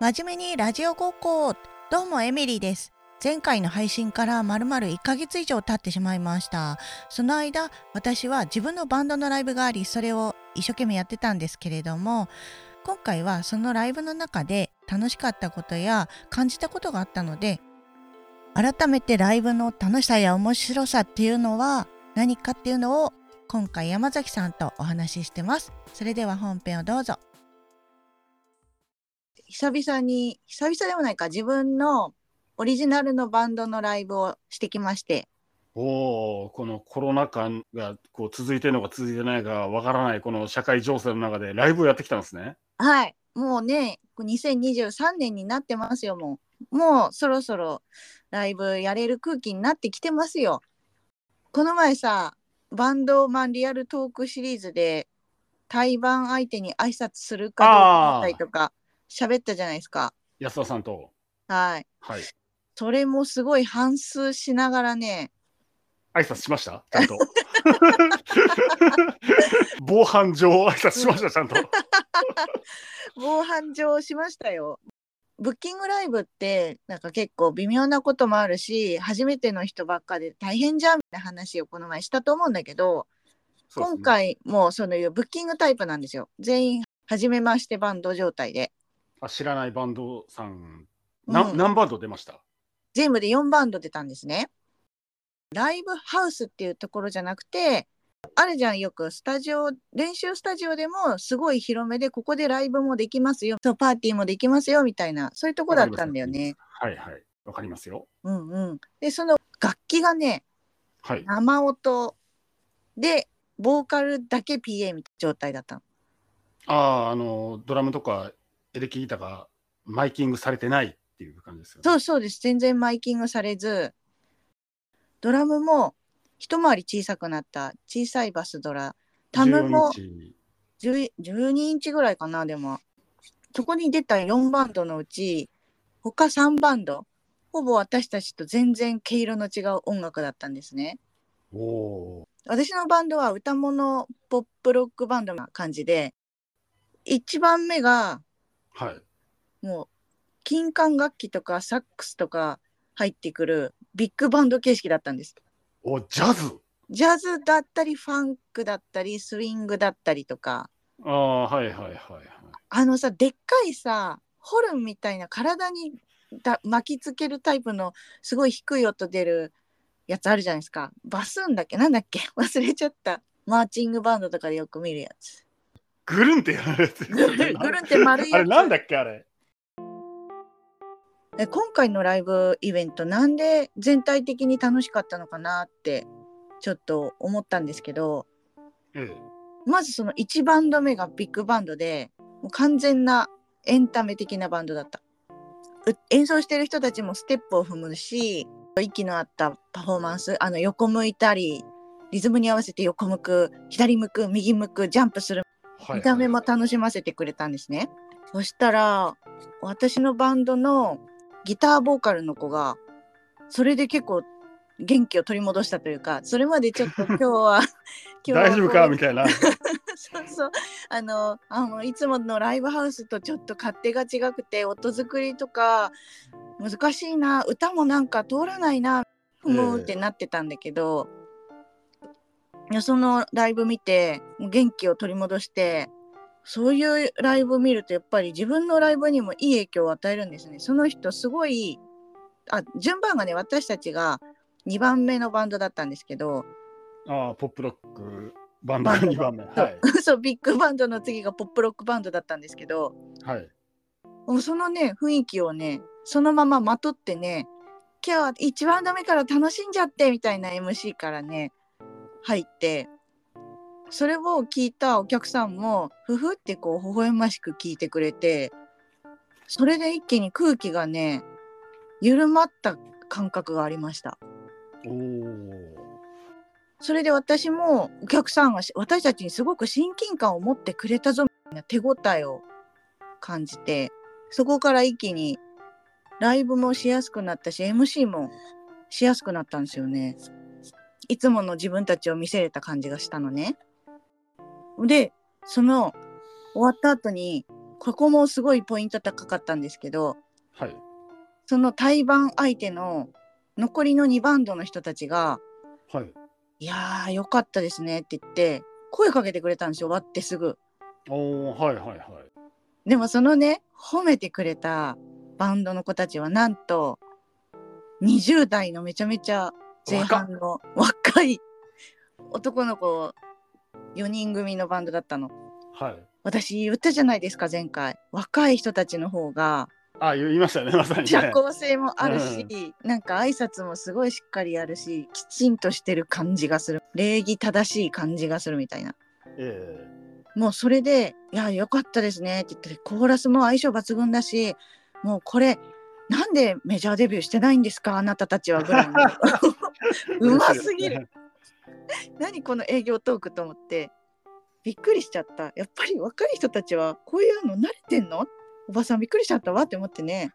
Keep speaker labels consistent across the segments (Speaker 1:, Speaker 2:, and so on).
Speaker 1: 真面目にラジオごっこどうもエミリーです前回の配信からまるまる1ヶ月以上経ってしまいましたその間私は自分のバンドのライブがありそれを一生懸命やってたんですけれども今回はそのライブの中で楽しかったことや感じたことがあったので改めてライブの楽しさや面白さっていうのは何かっていうのを今回山崎さんとお話ししてますそれでは本編をどうぞ
Speaker 2: 久々に久々でもないか自分のオリジナルのバンドのライブをしてきまして
Speaker 3: おお、このコロナ禍がこう続いてるのか続いてないかわからないこの社会情勢の中でライブをやってきたんですね。
Speaker 2: はいもうね2023年になってますよもうもうそろそろライブやれる空気になってきてますよこの前さバンドマンリアルトークシリーズで対バン相手に挨拶するかどうかだったりとか喋ったじゃないですか
Speaker 3: 安田さんと。
Speaker 2: はい
Speaker 3: はい。
Speaker 2: それもすごい反数しながらね
Speaker 3: 挨拶しましたちゃ んと。防犯上挨拶しましたちゃ んと。
Speaker 2: 防犯上しましたよ。ブッキングライブってなんか結構微妙なこともあるし初めての人ばっかで大変じゃんみたいな話をこの前したと思うんだけど、
Speaker 3: そうですね
Speaker 2: 今回もうそのブッキングタイプなんですよ全員初めましてバンド状態で、
Speaker 3: あ知らないバンドさん。
Speaker 2: う
Speaker 3: なん何バンド出ました
Speaker 2: 全部で4バンド出たんですね。ライブハウスっていうところじゃなくてあるじゃんよくスタジオ練習スタジオでもすごい広めでここでライブもできますよそうパーティーもできますよみたいなそういうとこだったんだよね。
Speaker 3: はいはい。わかりますよ。
Speaker 2: うんうん、でその楽器がね
Speaker 3: はい。
Speaker 2: 生音でボーカルだけ PA みたいな状態だったの。
Speaker 3: ああ、あの、ドラムとかエレキギターがマイキングされてないっていう感じですよね。
Speaker 2: そうそうです全然マイキングされずドラムも一回り小さくなった小さいバスドラタムも
Speaker 3: 14日
Speaker 2: 10 12インチぐらいかなでもそこに出た4バンドのうち他3バンドほぼ私たちと全然毛色の違う音楽だったんですね。
Speaker 3: おお
Speaker 2: 私のバンドは歌物ポップロックバンドな感じで1番目が
Speaker 3: ー。はい。
Speaker 2: もう金管楽器とかサックスとか入ってくるビッグバンド形式だったんです
Speaker 3: お、ジャズ
Speaker 2: ジャズだったりファンクだったりスイングだったりとか
Speaker 3: ああ、はいはいはいはい。
Speaker 2: あのさでっかいさホルンみたいな体にだ巻きつけるタイプのすごい低い音出るやつあるじゃないですかバスンだっけなんだっけ忘れちゃったマーチングバンドとかでよく見るやつ
Speaker 3: ぐるんってやられて
Speaker 2: ぐるんぐるんって丸いやつ
Speaker 3: あれなんだっけあれ。
Speaker 2: え今回のライブイベントなんで全体的に楽しかったのかなってちょっと思ったんですけど
Speaker 3: ええ、
Speaker 2: まずその1バンド目がビッグバンドでもう完全なエンタメ的なバンドだったう演奏してる人たちもステップを踏むし息の合ったパフォーマンスあの横向いたりリズムに合わせて横向く左向く右向くジャンプする
Speaker 3: はい
Speaker 2: 見た目も楽しませてくれたんですね。そしたら私のバンドのギターボーカルの子がそれで結構元気を取り戻したというかそれまでちょっと今日は 今日は
Speaker 3: 大丈夫かみたいな。
Speaker 2: そうそうあのあのいつものライブハウスとちょっと勝手が違くて音作りとか難しいな歌もなんか通らないなふむーってなってたんだけど、いやそのライブ見てもう元気を取り戻してそういうライブ見るとやっぱり自分のライブにもいい影響を与えるんですね。その人すごいあ順番がね私たちが2番目のバンドだったんですけど、
Speaker 3: ああ、ポップロックバンドが2番目。はい。
Speaker 2: そうビッグバンドの次がポップロックバンドだったんですけど
Speaker 3: はい。
Speaker 2: もうそのね雰囲気をねそのまままとってね今日は1バンド目から楽しんじゃってみたいな MC からね入ってそれを聞いたお客さんもふふってこう微笑ましく聞いてくれてそれで一気に空気がね緩まった感覚がありました。
Speaker 3: おお。
Speaker 2: それで私もお客さんがし私たちにすごく親近感を持ってくれたぞみたいな手応えを感じてそこから一気にライブもしやすくなったし MC もしやすくなったんですよね。いつもの自分たちを見せれた感じがしたのね。でその終わった後にここもすごいポイント高かったんですけど
Speaker 3: はい。
Speaker 2: その対バン相手の残りの2バンドの人たちが
Speaker 3: はい。
Speaker 2: 「いやーよかったですね」って言って声かけてくれたんですよ終わってすぐ。
Speaker 3: おー、はいはいはい。
Speaker 2: でもそのね褒めてくれたバンドの子たちはなんと20代のめちゃめちゃ前半の若い男の子4人組のバンドだったの。
Speaker 3: はい。
Speaker 2: 私言ったじゃないですか前回若い人たちの方が
Speaker 3: あ、言いましたね、まさに、
Speaker 2: 社
Speaker 3: ね。
Speaker 2: 交性もあるし、なんか挨拶もすごいしっかりやるしきちんとしてる感じがする礼儀正しい感じがするみたいな
Speaker 3: え
Speaker 2: もうそれで「いやよかったですね」って言ってコーラスも相性抜群だしもうこれなんでメジャーデビューしてないんですかあなたたちはぐらいの
Speaker 3: え
Speaker 2: うますぎる。何この営業トークと思ってびっくりしちゃったやっぱり若い人たちはこういうの慣れてんのおばさんびっくりしちゃったわって思ってね、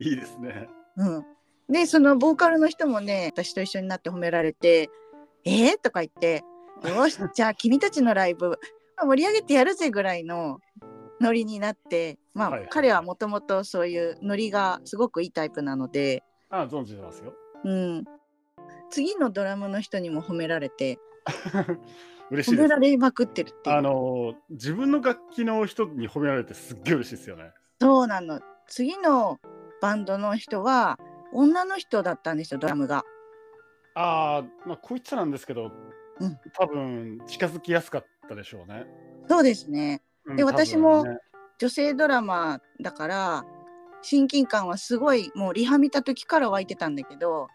Speaker 3: いいですね。
Speaker 2: うん、でそのボーカルの人もね私と一緒になって褒められて「えー?」とか言って「よ しじゃあ君たちのライブ盛り上げてやるぜ」ぐらいのノリになってまあ、
Speaker 3: はいはい
Speaker 2: 彼はもともとそういうノリがすごくいいタイプなので、
Speaker 3: あ、存じてますよ。
Speaker 2: うん、次のドラムの人にも褒められて
Speaker 3: 嬉
Speaker 2: 褒
Speaker 3: しいで
Speaker 2: め
Speaker 3: す
Speaker 2: ら。れまくってるっていう。
Speaker 3: あのー自分の楽器の人に褒められてすっげえ嬉しいですよね。
Speaker 2: そうなの次のバンドの人は女の人だったんですよドラムが。
Speaker 3: ああ、まあこいつなんですけど、
Speaker 2: うん
Speaker 3: 多分近づきやすかったでしょうね。
Speaker 2: そうですね
Speaker 3: うん
Speaker 2: で
Speaker 3: 多分ね
Speaker 2: 私も女性ドラマだから親近感はすごいもうリハ見た時から湧いてたんだけど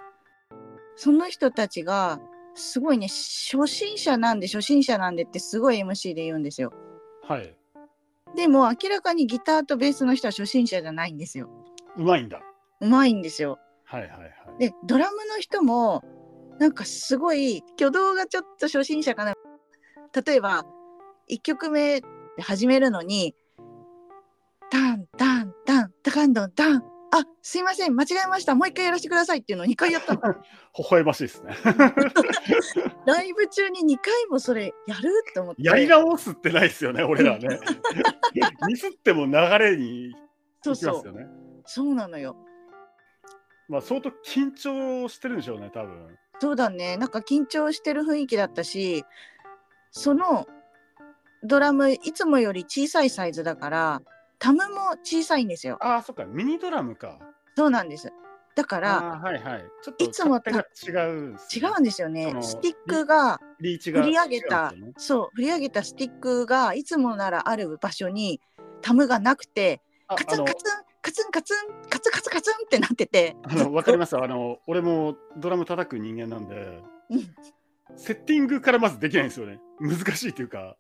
Speaker 2: その人たちがすごいね初心者なんで初心者なんでってすごい MC で言うんですよ。
Speaker 3: はい。
Speaker 2: でも明らかにギターとベースの人は初心者じゃないんですよ。
Speaker 3: うまいんだ。
Speaker 2: うまいんですよ。
Speaker 3: はいはいはい。
Speaker 2: でドラムの人もなんかすごい挙動がちょっと初心者かな例えば1曲目で始めるのに「タンタンタンタカンドンタンあすいません間違えましたもう一回やらせてください」っていうのを2回や ったの
Speaker 3: 微笑ましいですね。
Speaker 2: ライブ中に2回もそれやると思って
Speaker 3: やり直すってないですよね、俺ら はね。ミスっても流れにいき
Speaker 2: そ
Speaker 3: ま
Speaker 2: う
Speaker 3: すよね。
Speaker 2: そうそうなのよ
Speaker 3: まあ相当緊張してるんでしょうね、多分。
Speaker 2: そうだねなんか緊張してる雰囲気だったしそのドラムいつもより小さいサイズだからタムも小さいんですよ
Speaker 3: ああ、そっか、ミニドラムか。
Speaker 2: そうなんですだから
Speaker 3: あーはいはい。ちょっと
Speaker 2: いつもた
Speaker 3: 勝手が違うんです
Speaker 2: 違
Speaker 3: よね、
Speaker 2: うんですよね
Speaker 3: その
Speaker 2: スティックが
Speaker 3: リーチが
Speaker 2: 振り上げた、
Speaker 3: 違うんですよね
Speaker 2: そう振り上げたスティックがいつもならある場所にタムがなくて
Speaker 3: あ
Speaker 2: カ
Speaker 3: あ
Speaker 2: ツン
Speaker 3: の
Speaker 2: カツンカツンカツンカツンカツンカツンってなってて
Speaker 3: あのわかりますあの俺もドラム叩く人間なんで
Speaker 2: うん
Speaker 3: セッティングからまずできないんですよね難しいというか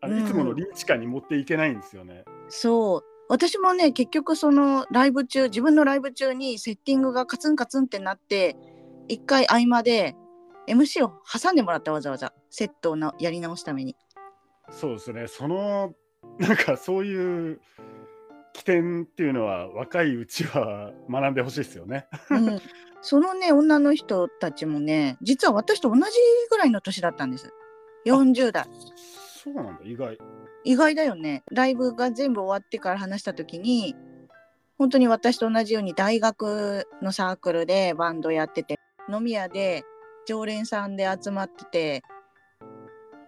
Speaker 3: あの、
Speaker 2: うん
Speaker 3: いつものリーチ感に持っていけないんですよね
Speaker 2: そう私もね結局そのライブ中自分のライブ中にセッティングがカツンカツンってなって一回合間で MC を挟んでもらったわざわざセットをなやり直すために
Speaker 3: そうですねそのなんかそういう起点っていうのは若いうちは学んでほしいですよね
Speaker 2: うんそのね女の人たちもね実は私と同じぐらいの年だったんです40代
Speaker 3: そうなんだ意外
Speaker 2: 意外だよねライブが全部終わってから話した時に本当に私と同じように大学のサークルでバンドやってて飲み屋で常連さんで集まってて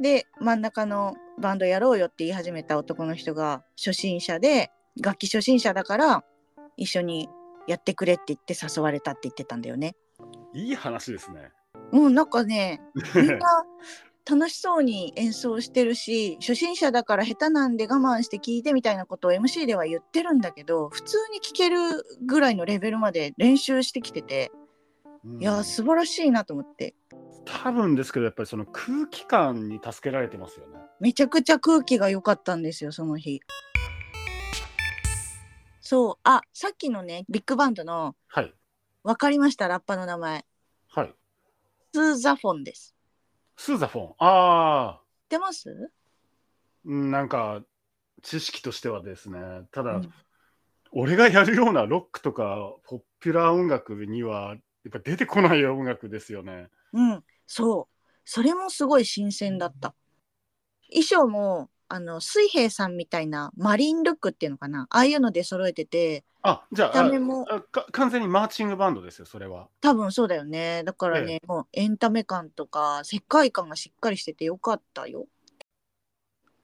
Speaker 2: で真ん中のバンドやろうよって言い始めた男の人が初心者で楽器初心者だから一緒にやってくれって言って誘われたって言ってたんだよね。
Speaker 3: いい話ですね
Speaker 2: もうなんかねみんな楽しそうに演奏してるし初心者だから下手なんで我慢して聞いてみたいなことを MC では言ってるんだけど普通に聞けるぐらいのレベルまで練習してきてて、
Speaker 3: うん
Speaker 2: いやー素晴らしいなと思って
Speaker 3: 多分ですけどやっぱりその空気感に助けられてますよね
Speaker 2: めちゃくちゃ空気が良かったんですよその日。そうあさっきのねビッグバンドの
Speaker 3: はい
Speaker 2: 「分かりましたラッパの名前
Speaker 3: はい」
Speaker 2: スーザフォンです。
Speaker 3: スーザフォンああ
Speaker 2: 知ってます
Speaker 3: うんなんか知識としてはですねただ、
Speaker 2: うん
Speaker 3: 俺がやるようなロックとかポピュラー音楽にはやっぱ出てこない音楽ですよね。
Speaker 2: うん、そう。それもすごい新鮮だった。衣装もあの水平さんみたいなマリンルックっていうのかなああいうので揃えてて
Speaker 3: あ、じゃ
Speaker 2: 見
Speaker 3: あ
Speaker 2: た目も
Speaker 3: ああか完全にマーチングバンドですよ、それは。
Speaker 2: 多分そうだよねだからね、もうエンタメ感とか世界観がしっかりしててよかったよ。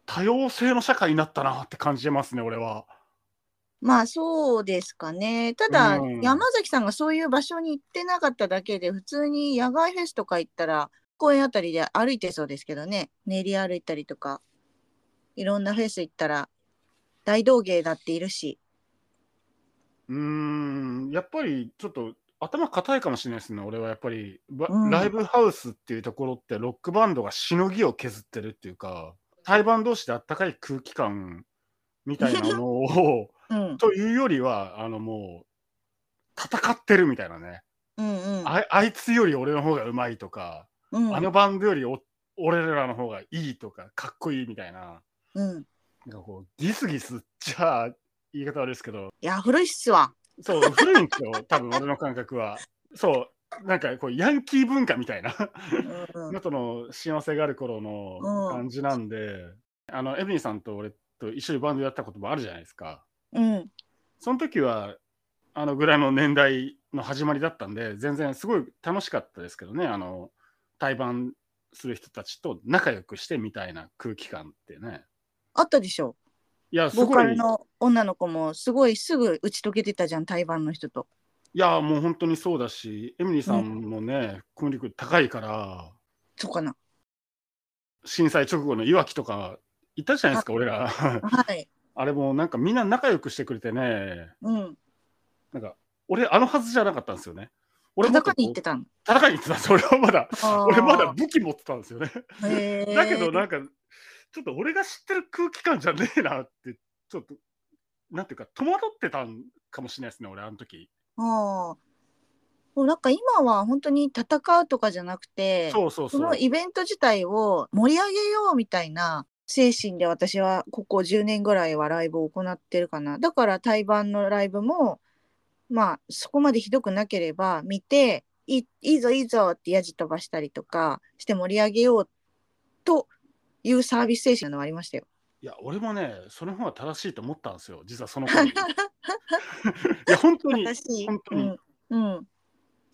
Speaker 3: 多様性の社会になったなって感じますね、俺は。
Speaker 2: まあそうですかね。ただ、
Speaker 3: うん
Speaker 2: 山崎さんがそういう場所に行ってなかっただけで、普通に野外フェスとか行ったら、公園あたりで歩いてそうですけどね、練り歩いたりとか、いろんなフェス行ったら、大道芸だっているし、
Speaker 3: うーん、やっぱりちょっと頭固いかもしれないですね、俺はやっぱり、ば
Speaker 2: うん
Speaker 3: ライブハウスっていうところって、ロックバンドがしのぎを削ってるっていうか、対バン同士であったかい空気感みたいなの を、
Speaker 2: うん、
Speaker 3: というよりは、あのもう、戦ってるみたいなね、
Speaker 2: うんうん、
Speaker 3: ああいつより俺の方がうまいとか、
Speaker 2: うん、
Speaker 3: あのバンドよりお俺らの方がいいとか、かっこいいみたいな、
Speaker 2: うん。
Speaker 3: なんかこう、ギスギスじゃあ、言い方悪いですけど、
Speaker 2: いや、古いっすわ。
Speaker 3: そう、古いんですよ、 多分俺の感覚は。そう、なんかこう、ヤンキー文化みたいな、
Speaker 2: うんうん
Speaker 3: のとの幸せがある頃の感じなんで、あの、エブリンさんと俺と一緒にバンドやったこともあるじゃないですか。
Speaker 2: うん、
Speaker 3: その時は、あのぐらいの年代の始まりだったんで、全然すごい楽しかったですけどね、あの、対バンする人たちと仲良くしてみたいな空気感ってね。
Speaker 2: あったでしょ。
Speaker 3: いや、す
Speaker 2: ボー
Speaker 3: ご
Speaker 2: カ
Speaker 3: い、
Speaker 2: ル
Speaker 3: い
Speaker 2: の女の子も、すごいすぐ打ち解けてたじゃん、対バンの人と。
Speaker 3: や、もう本当にそうだし、エミリーさんもね、コミュ力高いから、
Speaker 2: そうかな。
Speaker 3: 震災直後のいわきとか行ったじゃないですか、俺ら。
Speaker 2: はい。
Speaker 3: あれもなんかみんな仲良くしてくれてね、
Speaker 2: うん。
Speaker 3: なんか俺、あのはずじゃなかったんですよね。俺もっと
Speaker 2: 裸
Speaker 3: こう
Speaker 2: に行ってたの。
Speaker 3: 戦いに行ってたんです、俺はまだ。 俺まだ武器持ってたんですよね。
Speaker 2: へー
Speaker 3: だけどなんか、ちょっと俺が知ってる空気感じゃねえなって、ちょっと、なんていうか、戸惑ってたんかもしれないですね、俺、あの時。
Speaker 2: ああ。もうなんか今は本当に戦うとかじゃなくて、
Speaker 3: そうそう
Speaker 2: そ
Speaker 3: そう
Speaker 2: の。イベント自体を盛り上げようみたいな精神で私はここ10年ぐらいはライブを行ってるかな。だから対バンのライブも、まあそこまでひどくなければ見て、いいいいぞいいぞってやじ飛ばしたりとかして盛り上げようというサービス精神のはありましたよ。
Speaker 3: いや、俺もね、その方が正しいと思ったんですよ、実はその 頃に。いや、本当に、
Speaker 2: 私、
Speaker 3: 本当に
Speaker 2: うん、うん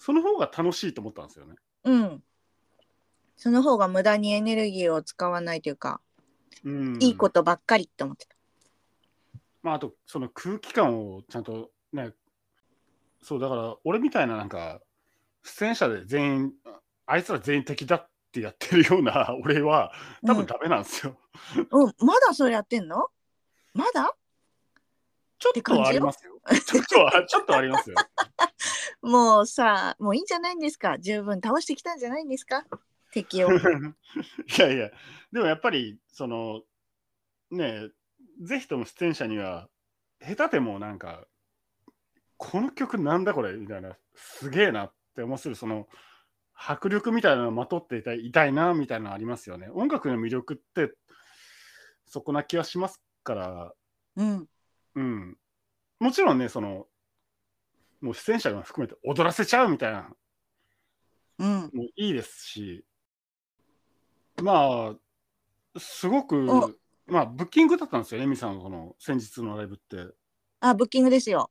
Speaker 3: その方が楽しいと思ったんですよね。
Speaker 2: うん。その方が無駄にエネルギーを使わないというか、
Speaker 3: うん、
Speaker 2: いいことばっかりって思ってた。
Speaker 3: まあ、あとその空気感をちゃんとねそうだから俺みたいななんか出演者で全員あいつら全員敵だってやってるような俺は多分ダメなんですよ、
Speaker 2: うん、まだそれやってんのまだ
Speaker 3: ちょっとはありますよちょっとはちょっとはありますよ
Speaker 2: もうさ、もういいんじゃないんですか十分倒してきたんじゃないんですか 敵を。
Speaker 3: いやいやでもやっぱりそのねえぜひとも出演者には下手でもなんかこの曲なんだこれみたいなすげえなって思わせるその迫力みたいなのをまとっていたいたいなみたいなのありますよね音楽の魅力ってそこな気はしますから
Speaker 2: うん。
Speaker 3: うんもちろんねそのもう出演者も含めて踊らせちゃうみたいな
Speaker 2: うん。
Speaker 3: もういいですし、まあ、すご
Speaker 2: お
Speaker 3: く、まあ、ブッキングだったんですよ、エミさんのこの先日のライブって。だか
Speaker 2: あ、ブッキングですよ。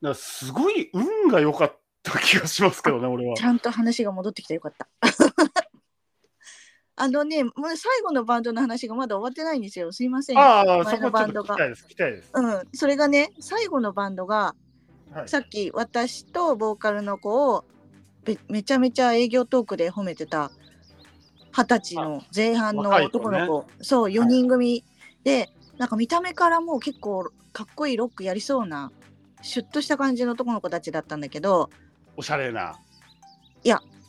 Speaker 3: らすごい運が良かった気がしますけどね、俺は
Speaker 2: ち。ゃんと話が戻ってきたよかった。 あのね、もう最後のバンドの話がまだ終わってないんですよ。すいません。
Speaker 3: ああ、
Speaker 2: 前
Speaker 3: そこちょ
Speaker 2: の
Speaker 3: っと
Speaker 2: バンド
Speaker 3: 聞
Speaker 2: が
Speaker 3: きたいです、聞きたいです。
Speaker 2: うん。それがね、最後のバンドが、
Speaker 3: はい、
Speaker 2: さっき私とボーカルの子をべめちゃめちゃ営業トークで褒めてた二十歳の前半の
Speaker 3: 若い子ね
Speaker 2: 男の子、そう4人組でなんか見た目からもう結構かっこいいロックやりそうなシュッとした感じの男の子たちだったんだけど
Speaker 3: おしゃれな。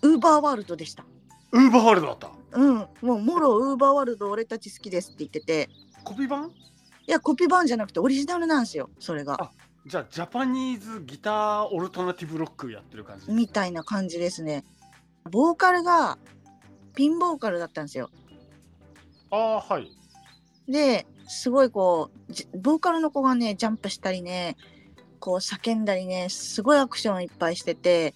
Speaker 2: ウーバーワールドでした。
Speaker 3: ウーバーワールドだった。
Speaker 2: うん、もうもろウーバーワールド俺たち好きですって言ってて
Speaker 3: コピー版
Speaker 2: いやコピー版じゃなくてオリジナルなんですよそれが
Speaker 3: あじゃあ、ジャパニーズギターオルタナティブロックやってる感じですね、
Speaker 2: みたいな感じですねボーカルがピンボーカルだったんですよ
Speaker 3: ああ、はい。
Speaker 2: ですごいこうじボーカルの子がねジャンプしたりねこう叫んだりねすごいアクションいっぱいしてて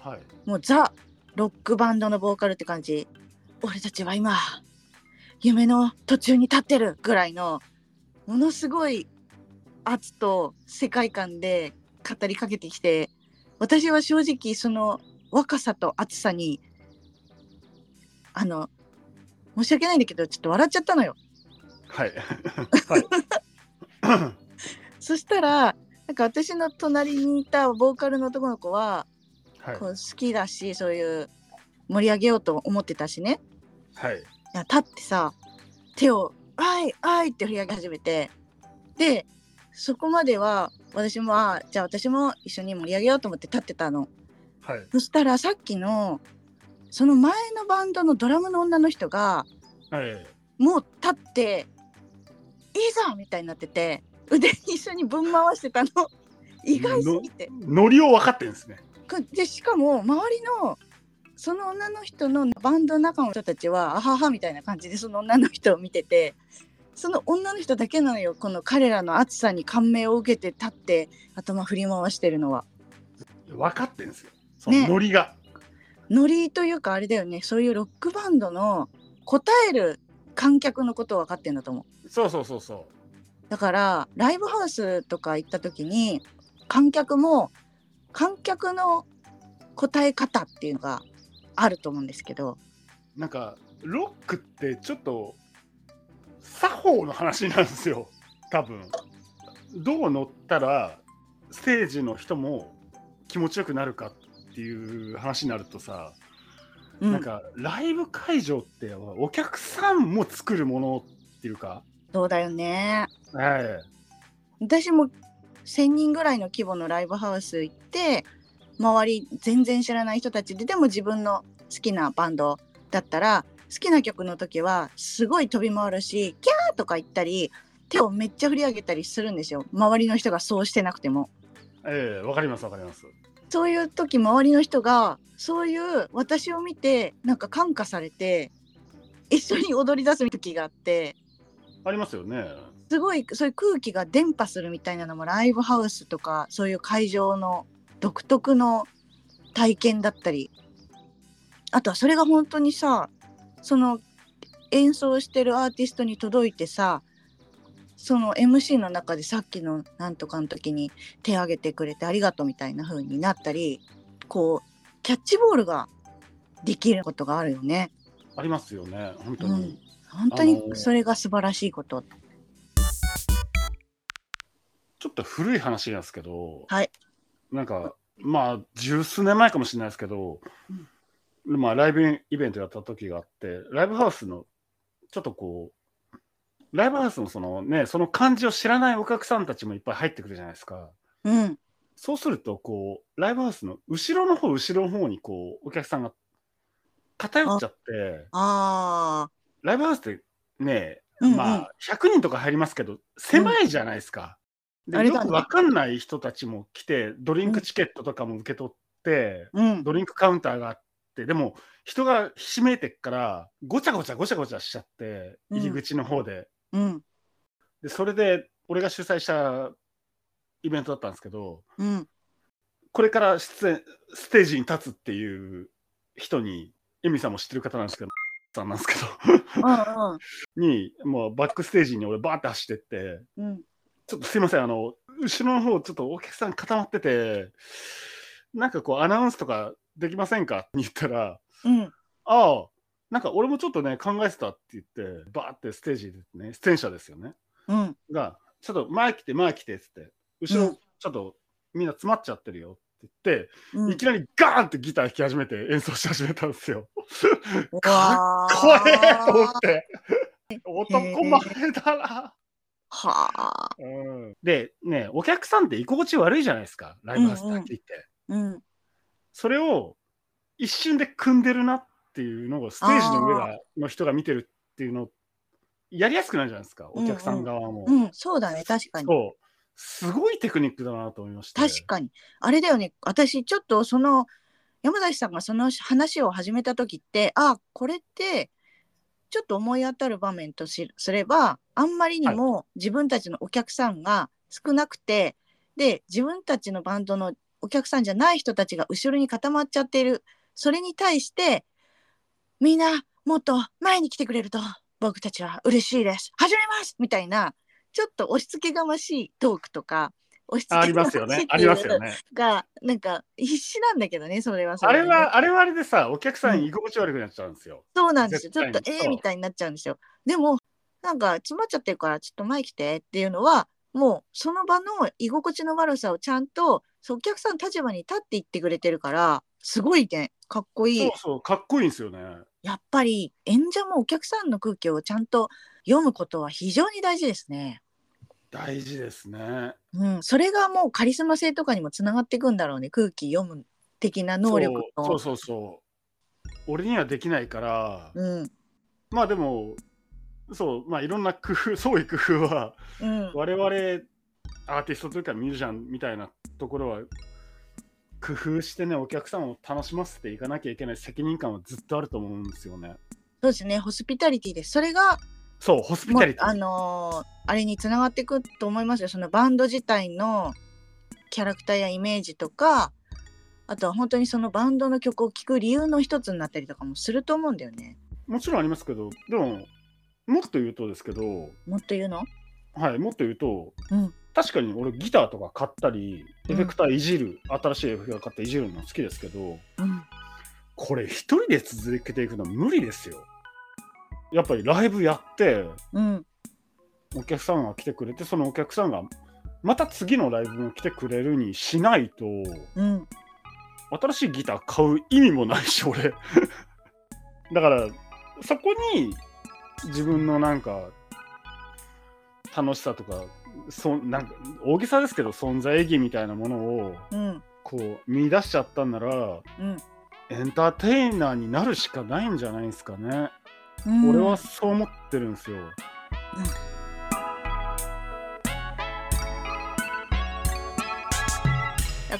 Speaker 3: はい。
Speaker 2: もうザ・ロックバンドのボーカルって感じ俺たちは今夢の途中に立ってるぐらいのものすごい圧と世界観で語りかけてきて私は正直その若さと熱さにあの申し訳ないんだけどちょっと笑っちゃったのよ。
Speaker 3: はい。
Speaker 2: そしたらなんか私の隣にいたボーカルの男の子は
Speaker 3: はい。
Speaker 2: こう好きだしそういう盛り上げようと思ってたしね
Speaker 3: は
Speaker 2: い
Speaker 3: い。
Speaker 2: や立ってさ手を「あいあい」って振り上げ始めてでそこまでは私もあじゃあ私も一緒に盛り上げようと思って立ってたの
Speaker 3: はい。
Speaker 2: そしたらさっきのその前のバンドのドラムの女の人が
Speaker 3: はい。
Speaker 2: もう立って「いいぞ!」みたいになってて腕一緒にぶん回してたの意外すぎて
Speaker 3: ノリを分かってるんですね。
Speaker 2: かでしかも周りのその女の人のバンドの中の人たちはあははみたいな感じでその女の人を見ててその女の人だけなのよこの彼らの熱さに感銘を受けて立って頭振り回してるのは。
Speaker 3: 分かってるんですよ。その
Speaker 2: ね
Speaker 3: ノリが。
Speaker 2: ノリというかあれだよねそういうロックバンドの答える観客のことを分かってんだと思う。
Speaker 3: そうそうそうそ
Speaker 2: だからライブハウスとか行った時に観客も観客の答え方っていうのがあると思うんですけど。
Speaker 3: う。なんか、ロックってちょっと、作法の話なんですよ。多分。どう乗ったら、ステージの人も気持ちよくなるかっていう話になるとさ、
Speaker 2: うん
Speaker 3: なんか、ライブ会場ってお客さんも作るものっていうか、
Speaker 2: そうだよね。
Speaker 3: はい。
Speaker 2: 私も1,000人ぐらいの規模のライブハウス行って周り全然知らない人たちででも自分の好きなバンドだったら好きな曲の時はすごい飛び回るし「キャー!」とか言ったり手をめっちゃ振り上げたりするんですよ周りの人がそうしてなくても。
Speaker 3: ええわかりますわかります。
Speaker 2: そういう時周りの人がそういう私を見てなんか感化されて一緒に踊り出す時があって。
Speaker 3: ありますよね。
Speaker 2: すごいそういう空気が伝播するみたいなのもライブハウスとかそういう会場の独特の体験だったりあとはそれが本当にさその演奏してるアーティストに届いてさその MC の中でさっきのなんとかの時に手挙げてくれてありがとうみたいな風になったりこうキャッチボールができることがあるよね。
Speaker 3: ありますよね。本当に。
Speaker 2: 本当にそれが素晴らしいこと。
Speaker 3: ちょっと古い話なんですけど、
Speaker 2: はい
Speaker 3: なんか、まあ、十数年前かもしれないですけど、まあ、ライブイベントやった時があって、ライブハウスの、ちょっとこう、ライブハウスのそのね、その感じを知らないお客さんたちもいっぱい入ってくるじゃないですか。
Speaker 2: うん、
Speaker 3: そうすると、こう、ライブハウスの後ろの方、後ろの方に、こう、お客さんが偏っちゃって、
Speaker 2: ああ
Speaker 3: ライブハウスってね、
Speaker 2: うんうん
Speaker 3: まあ、100人とか入りますけど、狭いじゃないですか。
Speaker 2: あ
Speaker 3: で
Speaker 2: れ
Speaker 3: よ
Speaker 2: だね
Speaker 3: くわかんない人たちも来て、ドリンクチケットとかも受け取って、
Speaker 2: うん、
Speaker 3: ドリンクカウンターがあって、でも、人がひしめいてっから、ごちゃごちゃごちゃごちゃしちゃって、
Speaker 2: うん
Speaker 3: 入り口の方で。
Speaker 2: うん、
Speaker 3: で、それで、俺が主催したイベントだったんですけど、
Speaker 2: うん、
Speaker 3: これから出演、ステージに立つっていう人に、エミさんも知ってる方なんですけど、 さんなんですけど。
Speaker 2: うん、
Speaker 3: に、もうバックステージに俺バーって走ってって、
Speaker 2: うん、
Speaker 3: ちょっとすいません、あの、後ろの方ちょっとお客さん固まってて、なんかこうアナウンスとかできませんかって 言ったら、
Speaker 2: うん、
Speaker 3: ああ、なんか俺もちょっとね、考えてたって言って、バーってステージでね、出演者ですよね。
Speaker 2: うん、
Speaker 3: が、ちょっと前来て前来てっつって、後
Speaker 2: う
Speaker 3: ろ
Speaker 2: ん
Speaker 3: ちょっとみんな詰まっちゃってるよって言って、
Speaker 2: うん、
Speaker 3: いきなりガーンってギター弾き始めて演奏し始めたんですよ。
Speaker 2: う
Speaker 3: か
Speaker 2: わー
Speaker 3: 怖えと思 って。男前だな。
Speaker 2: はあ、
Speaker 3: でねお客さんって居心地悪いじゃないですかライブハウスだけ言って、
Speaker 2: うん、
Speaker 3: それを一瞬で組んでるなっていうのをステージの上がの人が見てるっていうのやりやすくなるじゃないですかお客さん側も、
Speaker 2: うん、そうだね、確かに。
Speaker 3: そうすごいテクニックだなと思いました
Speaker 2: 確かに。あれだよね、私ちょっとその山崎さんがその話を始めた時って、あ、これって。ちょっと思い当たる場面としすればあんまりにも自分たちのお客さんが少なくて、で自分たちのバンドのお客さんじゃない人たちが後ろに固まっちゃっているそれに対してみんなもっと前に来てくれると僕たちは嬉しいです始めますみたいなちょっと押し付けがましいトークとか押し付け
Speaker 3: あります よね。ありますよね。
Speaker 2: がなんか必死なんだけどねそれはそ
Speaker 3: あ
Speaker 2: れ
Speaker 3: れ
Speaker 2: でね
Speaker 3: は、あれはあれでさ、お客さん居心地悪くなっちゃうんですよ。
Speaker 2: そうなんですよちょっ
Speaker 3: 絶
Speaker 2: と
Speaker 3: 対
Speaker 2: え
Speaker 3: にそ
Speaker 2: え
Speaker 3: う
Speaker 2: みたいになっちゃうんですよでもなんか詰まっちゃってるからちょっと前来てっていうのはもうその場の居心地の悪さをちゃんとそうお客さんの立場に立って言ってくれてるからすごいねかっこいい
Speaker 3: そうそう、かっこいいんですよね。
Speaker 2: やっぱり演者もお客さんの空気をちゃんと読むことは非常に大事ですね。
Speaker 3: 大事ですね。
Speaker 2: うん、それがもうカリスマ性とかにもつながっていくんだろうね空気読む的な能力と。
Speaker 3: そうそうそうそう。俺にはできないから、
Speaker 2: うん
Speaker 3: まあでも、そう、まあいろんな工夫、創意工夫は、
Speaker 2: うん、
Speaker 3: 我々アーティストというかミュージシャンみたいなところは、工夫してね、お客さんを楽しませていかなきゃいけない責任感はずっとあると思うんですよね。
Speaker 2: そうですねホスピタリティですそれが
Speaker 3: そう、ホスピ
Speaker 2: も
Speaker 3: タリ
Speaker 2: う
Speaker 3: ティ。
Speaker 2: あのーあれにつながっていくと思いますよそのバンド自体のキャラクターやイメージとかあとは本当にそのバンドの曲を聴く理由の一つになったりとかもすると思うんだよね。
Speaker 3: もちろんありますけど、でも、もっと言うとですけど、
Speaker 2: もっと言うの
Speaker 3: はい、もっと言うと、
Speaker 2: うん
Speaker 3: 確かに俺ギターとか買ったり、
Speaker 2: うん
Speaker 3: エフェクターいじる、新しいエフェクター買っていじるの好きですけど、
Speaker 2: うん
Speaker 3: これ一人で続けていくのは無理ですよ。やっぱりライブやって、
Speaker 2: うん
Speaker 3: お客さんが来てくれて、そのお客さんがまた次のライブも来てくれるにしないと、
Speaker 2: うん
Speaker 3: 新しいギター買う意味もないし、俺。 だから、そこに自分のなんか、楽しさとか、そんなんか大げさですけど、存在意義みたいなものを
Speaker 2: うん
Speaker 3: こう見出しちゃったんなら、
Speaker 2: うん
Speaker 3: エンターテイナーになるしかないんじゃないですかね。
Speaker 2: うん
Speaker 3: 俺はそう思ってるんですよ。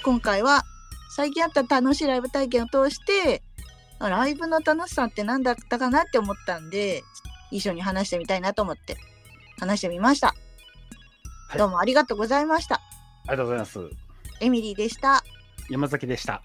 Speaker 2: 今回は最近あった楽しいライブ体験を通してあライブの楽しさって何だったかなって思ったんで一緒に話してみたいなと思って話してみました、
Speaker 3: はい
Speaker 2: どうもありがとうございました
Speaker 3: ありがとうございます。
Speaker 2: エミリーでした
Speaker 3: 山崎でした。